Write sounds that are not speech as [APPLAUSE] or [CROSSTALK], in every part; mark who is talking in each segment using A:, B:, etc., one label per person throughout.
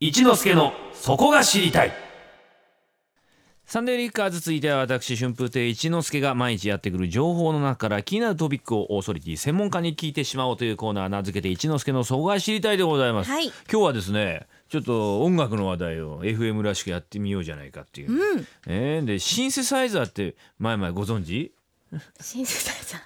A: 一之助のそこが知りたい
B: サンデーリッカーズ続いては私春風亭一之輔が毎日やってくる情報の中から気になるトピックをオーソリティ専門家に聞いてしまおうというコーナー名付けて一之輔のそこが知りたいでございます、
C: はい
B: 今日はですねちょっと音楽の話題を FM らしくやってみようじゃないかっていう、
C: うん
B: えーでシンセサイザーって前々ご存知
C: シンセサイザ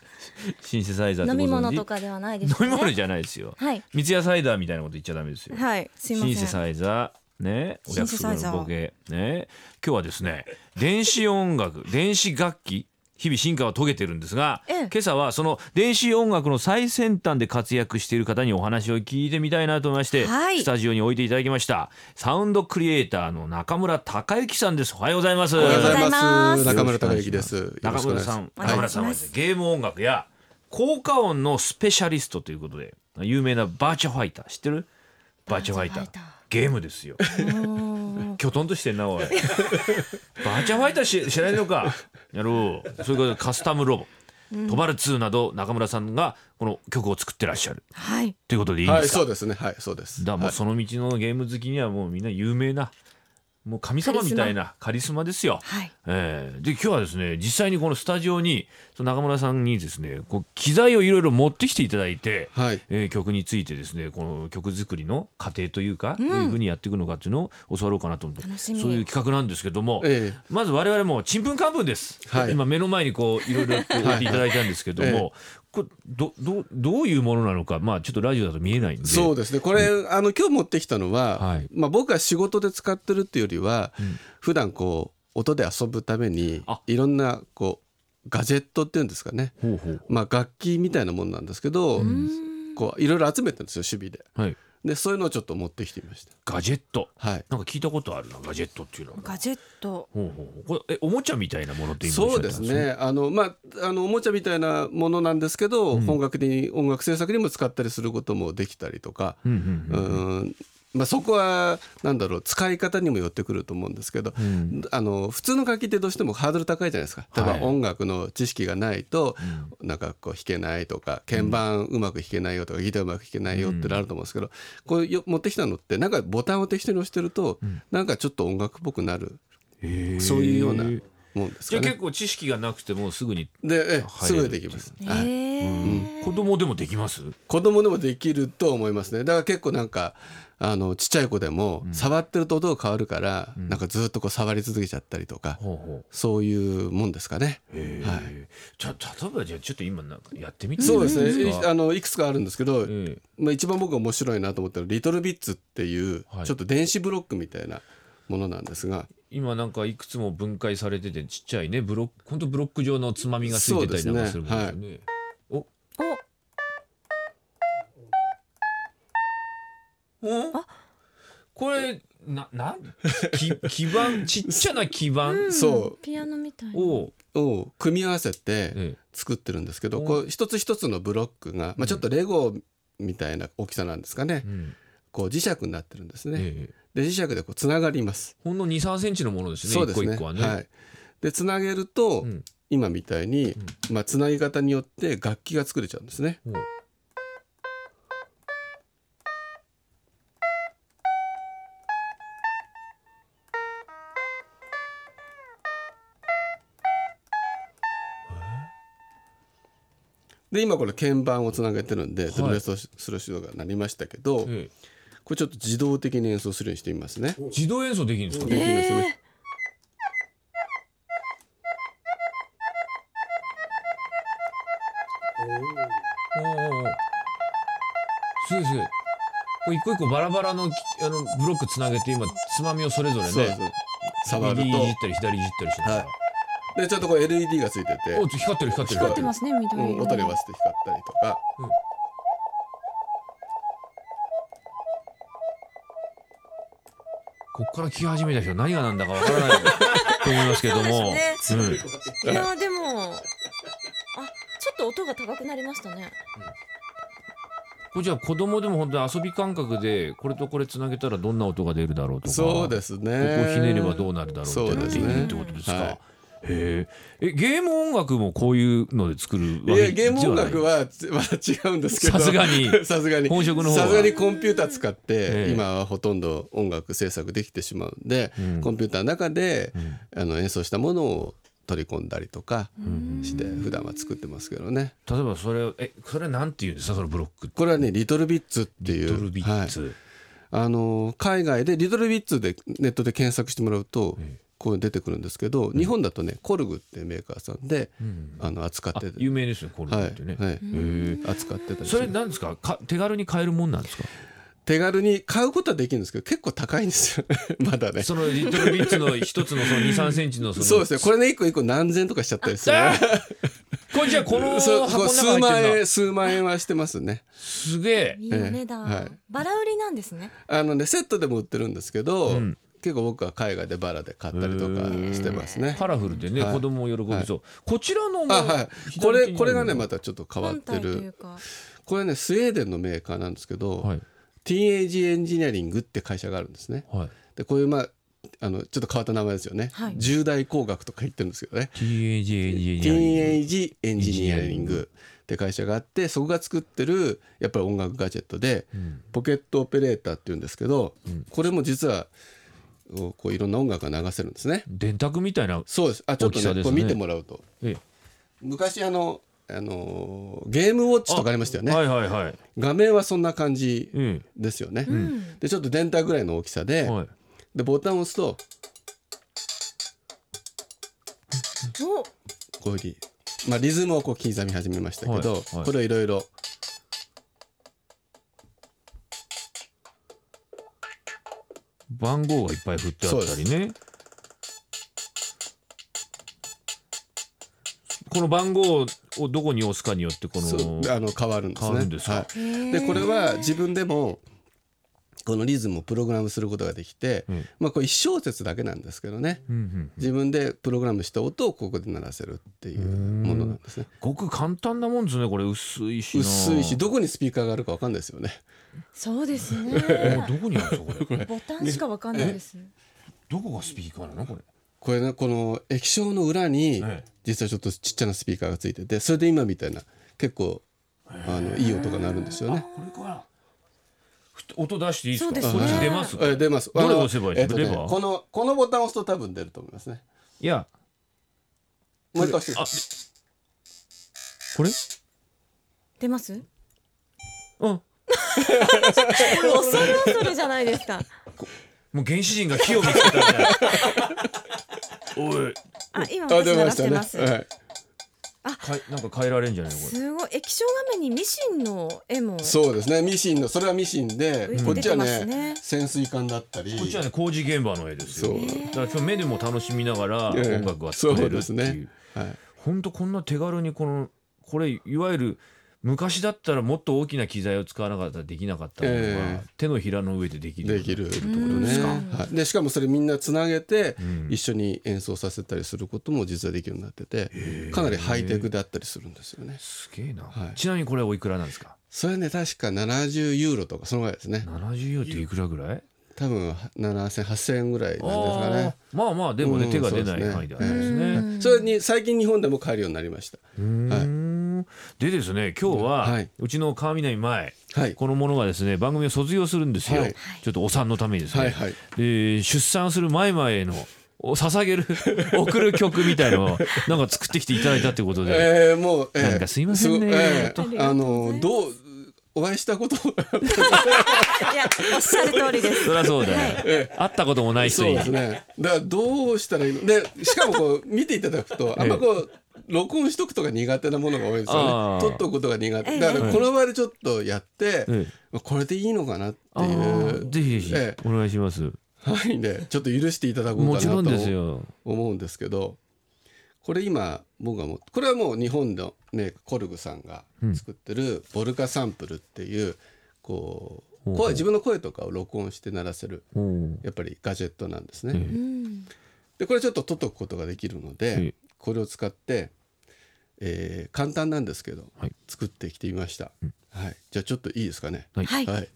B: シンセサイザーっ
C: ー
B: て
C: 飲
B: ご
C: み
B: 存
C: 物
B: 知
C: とかではないですよ
B: 飲
C: ね
B: み物じゃないですよ
C: はい
B: 三ツ矢サイダーみたいなこと言っちゃダメですよ
C: はいすいま
B: シンセ
C: せん
B: サイザーねお
C: シン
B: 約
C: セ
B: 束
C: サイザー
B: のボケね今日はですね電子音楽 [LAUGHS] 電子楽器日々進化は遂げてるんですが、
C: ええ
B: 今朝はその電子音楽の最先端で活躍している方にお話を聞いてみたいなと思いまして、
C: はい
B: スタジオに置いていただきましたサウンドクリエイターの中村隆之さんですおはようございます
C: おはようございます
D: 中村隆之です。よろ
B: 中
D: しくお
B: 村
D: 願いし
B: さ
D: ます
B: ん、
C: はい
B: 中村さんはですねゲーム音楽や効果音のスペシャリストということで有名なバーチャファイター知ってるバーチャファイター
C: バーチャファイ
B: ゲームですよ
C: おー
B: きょとんとしてんなおいバーチャファイターし知らないのかやろうそれからカスタムロボ「トバル2」など中村さんがこの曲を作ってらっしゃる
C: はい
B: ということでいいん
D: は
B: で
D: い、
B: すか、
D: そうですね。はい、そうです。
B: だからもう
D: はい
B: その道のゲーム好きにはもうみんな有名なもう神様みたいなカリスマですよ。
C: はい
B: えーで今日はですね実際にこのスタジオにその中村さんにですねこう機材をいろいろ持ってきていただいて、
D: はい
B: えー曲についてですねこの曲作りの過程というか、どういうふうにやっていくのかっていうのを教わろうかなと思って
C: 楽しみ
B: そういう企画なんですけども、
D: ええ
B: まず我々もちんぷんかんぷんです、
D: はい
B: 今目の前にこういろいろこう置いていただいたんですけども、
D: [LAUGHS] はいはいええ
B: これどどどういうものなのか、まあ、ちょっとラジオだと見えないんで。
D: そうですね。これ、あの今日持ってきたのは、
B: はい
D: まあ僕が仕事で使ってるっていうよりは、普段こう音で遊ぶために
B: あ
D: いろんなこうガジェットっていうんですかね。
B: ほうほう
D: まあ楽器みたいなもんなんですけど、こういろいろ集めてるんですよ、守備で。
B: はい、
D: で、そういうのをちょっと持ってきてみました。
B: ガジェット
D: はい。
B: なんか聞いたことあるなガジェットっていうのは
C: ガジェット
B: ほうほうほうこれえおもちゃみたいなものって今
D: そうですね。あのまああのおもちゃみたいなものなんですけど、音楽に音楽制作にも使ったりすることもできたりとか、
B: おっしゃってたんですね。うんうんうん
D: うんまあ、そこはなんだろう使い方にもよってくると思うんですけど、
B: ん
D: あの普通の楽器ってどうしてもハードル高いじゃないですか例え
B: はい
D: ば音楽の知識がないと、なんかこう弾けないとか鍵盤うまく弾けないよとかギターうまく弾けないよってなると思うんですけど、こうよ持ってきたのってなんかボタンを適当に押してると、なんかちょっと音楽っぽくなる
B: へー
D: そういうようなもんです
B: じゃ
D: か
B: あ
D: ね。
B: 結構知識がなくてもすぐに
D: で、ええす
B: 入れ
D: ぐ
B: る
D: できます。
C: え
D: はい
C: ー
B: 子供でもできます。
D: 子供でもできると思いますねだから結構なんかあのちっちゃい子でも触ってると音が変わるから、なんかずっとこう触り続けちゃったりとか、
B: ほうほ
D: そういうもんですかね。
B: う。へ
D: は
B: え。じゃあ例えばじゃあちょっと今なんかやってみて
D: そう
B: い
D: で
B: い
D: すね、い
B: か
D: あのいくつかあるんですけど、
B: ええ
D: まあ、一番僕が面白いなと思ったのはリトルビッツっていう、
B: はい
D: ちょっと電子ブロックみたいなものなんですが
B: 今なんかいくつも分解されててちっちゃいねブロック本当ブロック状のつまみがついてたりなんかするもんですよね。おおこれななんき [LAUGHS] 基盤ちっちゃな基盤
C: うん
D: そ
C: ピアノみたいな
B: を、
D: を組み合わせて
B: ええ
D: 作ってるんですけど、
B: お
D: こう一つ一つのブロックが、まあ、ちょっとレゴみたいな大きさなんですかね、
B: うん
D: こう磁石になってるんですね。
B: ええ
D: で磁石でこうつながります。
B: ほんの2、3センチのものですね。
D: そうで
B: 一
D: す
B: 個
D: ね。
B: 一個はね。
D: はい。でつなげると、
B: うん
D: 今みたいに、まあつなぎ方によって楽器が作れちゃうんですね。
B: ほう
D: で今これ鍵盤をつなげてるんで、ドルベースをする指導がなりましたけど、
B: え
D: これちょっと自動的に演奏するようにしてみますね。
B: え自動演奏できるんですか
D: できますね。
B: おーおーおーすごいすごい。これ一個一個バラバラのきあのブロックつなげて今つまみをそれぞれね
D: そうですね。触ると
B: 右いじったり左いじったりしながら、
D: はでちょっとこう LED がついてて、
B: お光ってる光ってる
C: 光ってますね
D: う
C: 緑
D: ん
C: 色
D: 音に合わせて光ったりとか。
B: こっから聞き始めた人は何が何だかわから
D: [LAUGHS]
B: ないと思いますけども、
C: そ
B: うん
C: いやーでもあちょっと音が高くなりましたね
B: これじゃあ子供でも本当に遊び感覚でこれとこれつなげたらどんな音が出るだろうとか
D: そうですね。
B: ここをひねればどうなるだろうみたいなのができるってことですか、
D: そうですねはい
B: へええゲーム音楽もこういうので作る
D: い
B: わ
D: や
B: け
D: ゲーム音楽
B: は
D: はつまた違うんですけど
B: [LAUGHS] さすがに
D: [LAUGHS] さすがに
B: 本職の方は
D: さすがにコンピューター使って、
B: ええ
D: 今はほとんど音楽制作できてしまうんで、
B: うん
D: コンピューターの中で、あの演奏したものを取り込んだりとかして、普段は作ってますけどね
B: 例えばそれえそれなんていうんですかそのブロック
D: これはねリトルビッツっていう
B: ドルビッツ、
D: はいあの海外でリトルビッツでネットで検索してもらうと、こう出てくるんですけど日本だとねコルグっていうメーカーさんで、
B: うん
D: あの扱って
B: あ有名ですねコル
D: は
B: ビ
D: い
B: ってね、
D: はい
B: へえ
D: 扱ってたりす
B: そ
D: る
B: れなんですかか手軽に買えるもんなんですか
D: 手軽に買うことはできるんですけど結構高いんですよ [LAUGHS] まだねそ
B: そのリトルビッツの一つのその2 3センチのその
D: うですよこれね一個一個何千とかしちゃったりする
B: あ
D: [LAUGHS]
B: これじゃあこの
D: そう
B: 箱の中
D: 数
B: に入っ
D: 万
B: てるの
D: 円数万円はしてますね
B: すげえ
C: いいお値段、
D: ええはい
C: バラ売りなんですね
D: あのねセットでも売ってるんですけど、
B: うん
D: 結構僕は海外でバラで買ったりとかしてますね
B: カラフルでね、
D: はい
B: 子供も喜びそう、こちらのも
D: あはい
B: 左
D: こ
B: 手
D: れ
B: に
D: これがね
B: あるの
D: またちょっと変わっ
C: 本
D: て
C: 体とい
D: る
C: うか
D: これねスウェーデンのメーカーなんですけど、
B: はい
D: ティーンエイジエンジニアリングって会社があるんですね
B: はい
D: でこういうまああのちょっと変わった名前ですよね、
C: はい
D: 重大工学とか言ってるんですけどね
B: TAJ
D: ティーンエイジエンジニアリングって会社があってそこが作ってるやっぱり音楽ガジェットで
B: うん
D: ポケットオペレーターっていうんですけど
B: うん
D: これも実はこうこういろんな音楽が流せるんですね。
B: 電卓みたいな
D: そうですあちょっと
B: 大きさ
D: ね
B: です
D: こ
B: ね
D: う見てもらうと
B: え
D: 昔あの、あのーゲームウォッチとかありましたよね、
B: はいはいはい
D: 画面はそんな感じ
B: え
D: ですよね。
C: うん
D: でちょっと電卓ぐらいの大きさ
B: え
D: で,、
B: はい
D: でボタンを押すと
C: お
D: こういうふうに、まあ、リズムをこう刻み始めましたけど、
B: はいはい
D: これをいろいろ
B: 番号がいっぱい振ってあったりねこの番号をどこに押すかによってこ
D: そう
B: の
D: あの変わるんですね。
B: 変わるんですか
D: はい
C: へー
D: でこれは自分でもこのリズムをプログラムすることができて、
B: うん
D: まあこれ一小節だけなんですけどね
B: うんうん
D: 自分でプログラムした音をここで鳴らせるっていうものなんですね
B: ごく簡単なもんですねこれ薄いしな
D: 薄いしどこにスピーカーがあるかわかんないですよね
C: そうですね
B: あどこにあるん
D: [LAUGHS]
B: ですかこれ
C: ボタンしかわかんないです
B: どこがスピーカーなのこれ
D: これねこの液晶の裏に
B: ええ
D: 実はちょっとちっちゃなスピーカーがついててそれで今みたいな結構あのいい音が鳴るんですよね
B: これかふと音出していいですか
C: そうですね
B: こっち出ます
D: え出ます
B: どれ
D: あの
B: 押せばいいですか
D: えっと
B: レ
D: ね
B: バー
D: このこのボタンを押すと多分出ると思いますね
B: いや
D: もう一回押してくだ
B: あ
D: さ
B: これ
C: 出ます
B: うん
C: これ恐る恐るじゃないですか
B: もう原始人が火を見つけたみたいな
D: [LAUGHS]
B: おい
C: あ今
D: いあ
C: 私
D: 出
C: 鳴
D: ま
C: ら
D: し
C: してま
D: た
C: す、
D: ねはい
B: かいなんか変えられんじゃないのこれ
C: すごい液晶画面にミシンの絵も
D: そうですねミシンのそれはミシンで、
C: うん
D: こっち
C: 出て
D: は
C: ます
D: ね
C: ね
D: 潜水艦だったり
B: こっちはね工事現場の絵ですよ
D: そう
B: だから今日目でも楽しみながら
D: ええ
B: 音楽が作れるって
D: そ
B: いうう
D: ですねはい、
B: ほんとこんな手軽にこのこれいわゆる昔だったらもっと大きな機材を使わなかったらできなかったものが、
D: ええ
B: 手のひらの上でできる
D: できるってこと
C: うん
D: ね、はい、でしかもそれみんなつなげて
B: ん
D: 一緒に演奏させたりすることも実はできるようになっててかなりハイテクだったりするんですよね
B: すげえな、
D: はい
B: ちなみにこれはおいくらなんですか
D: それはね確か70ユーロとかそのぐらいですね
B: 70よっていくらぐらい
D: 多分70008000円ぐらいなんですか
B: あ
D: ね
B: ーまあまあでもね、
D: うん
B: 手が出
D: そ
B: な
D: う
B: い
D: ですね
B: 範囲であるんですね、
D: それに最近日本でも買えるようになりました
B: うーんでですね今日は、
D: はいう
B: ちの川南前
D: はい
B: この者がですね番組を卒業するんですよ、
D: はい
B: ちょっとお産のためにですね、
D: はいはい
B: で出産する前々へのお捧
D: [LAUGHS]
B: げる送る曲みたいのをなんか作ってきていただいたってことで、
D: えー、もう、えー
B: なんかすいませんね
D: ごえ
C: あり
D: ー、
C: が
D: あ
C: とうございます
D: のどうお会いしたこと
C: いやおっしゃる通りです
B: そりゃそうだよ、会ったこともない人
D: そう
B: に
D: ですね。だからどうしたらいいの。で、しかもこう [LAUGHS] 見ていただくと、あんまこう。録音しとくとか苦手なものが多いです
B: あー
D: よね。撮っとくことが苦
C: ええ
D: 手。だからこの場でちょっとやって、
B: え
D: まあこれでいいのかなって
B: あ
D: い
B: ー
D: う
B: ぜひぜ
D: え
B: ひお願いします、
D: え範囲でちょっと許していただこう
B: も
D: か
B: ちろん
D: な
B: です
D: と
B: よ
D: 思うんですけど、これ今僕がもうこれはもう日本のメーカーコルグさんが作ってるボルカサンプルっていうこ
B: ほうほ
D: う
B: う
D: 声自分の声とかを録音して鳴らせる
B: うん
D: やっぱりガジェットなんですね。
B: ええ
C: うん
D: でこれちょっと取っとくことができるので、
B: ええ
D: これを使って、えー簡単なんですけど、
B: はい
D: 作ってきてみました、はい、じゃあちょっといいですかね
B: はい
C: はい
D: はい、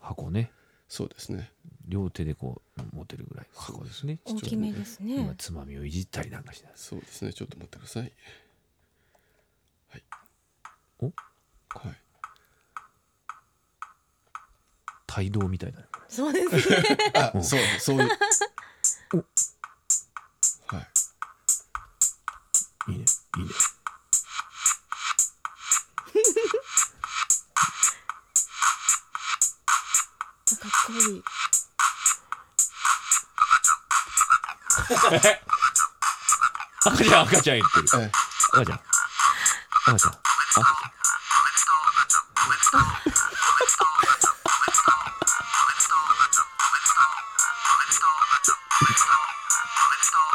B: 箱ね
D: そうですね
B: 両手でこう持てるぐらいの箱ですね
C: 大きめです
B: 今
C: ね。
B: つまみをいじったりなんかしながら
D: そうですねちょっと待ってくださいはい
B: お
D: はい
B: 帯同みたいな
C: そうですね。
D: あ、そう、そういう。はい。
B: いいねいいね
C: かっこいい。
B: 赤ちゃん赤ちゃん言ってる
D: え
B: 赤ちゃん赤ちゃんい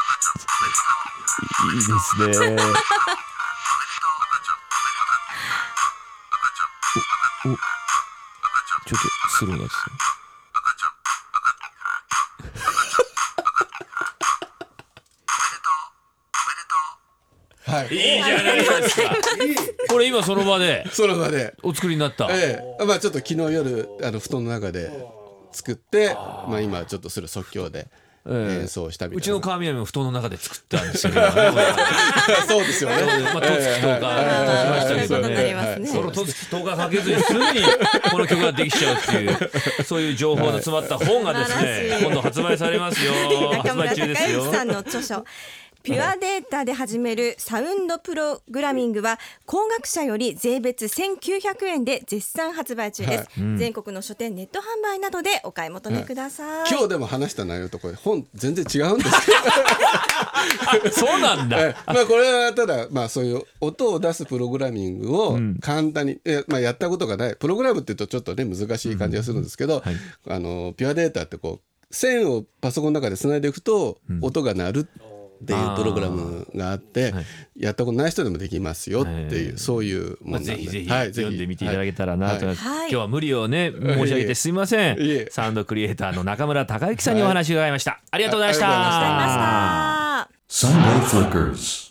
B: いですね。お、お、ちょっとスローなやつね。
D: はい。
A: いいじゃないですか。
B: これ今その場で
D: その場で。
B: お作りになった。
D: ええ、まあ、ちょっと昨日夜、あの布団の中で。作って、まあ、今ちょっとそれ即興で。
B: ええ
D: 演奏したみ
B: う
D: た
B: ち
D: いな。
B: の川南も布団の中で作ったんですけど、ま [LAUGHS]
D: そうですよね。
B: あ、とつきとか
C: あ
B: し
C: ー
B: ま
C: そう
B: し
C: い
B: たけ
C: うことに
B: ど
C: な
B: ね
C: り。ますね。
B: そのとつき10日かけずにすぐにこの曲ができちゃうっていうそういう情報の詰まった本がです
C: 素晴
B: ね
C: らしい
B: 今度発売されますよ
C: 中
B: 発
C: 村
B: 売中
C: 隆
B: ですよ
C: 之さんの著書「ピュアデータで始めるサウンドプログラミング」は高額者より税別1900円で絶賛発売中です、
D: は
C: 全国の書店ネット販売などでお買い求めください、
D: [LAUGHS] 今日でも話した内容とこれ本全然違うん
B: [LAUGHS]
D: ですけど、
B: そうなんだ、
D: ええまあこれはただまあそういう音を出すプログラミングを簡単に、えまあやったことがないプログラムっていうとちょっとね難しい感じがするんですけど、
B: はい
D: あのピュアデータってこう線をパソコンの中でつないでいくと音が鳴るっていうプログラムがあって、
B: はい
D: やったことない人でもできますよっていう、
B: ええ
D: そういうも
B: ま
D: んな
B: あ、
D: んで、
B: ぜひぜひ
D: はい
B: 読んでみていただけたら
D: は
B: ないと、
C: はい
B: 今日は無理をね申し上げてすいません、
D: いえ
B: サウンドクリエイターの中村隆之さんにお話を伺いました、ありがとうございました
D: あありがとうございました
C: ありがとうございました
A: Sunday Flickers.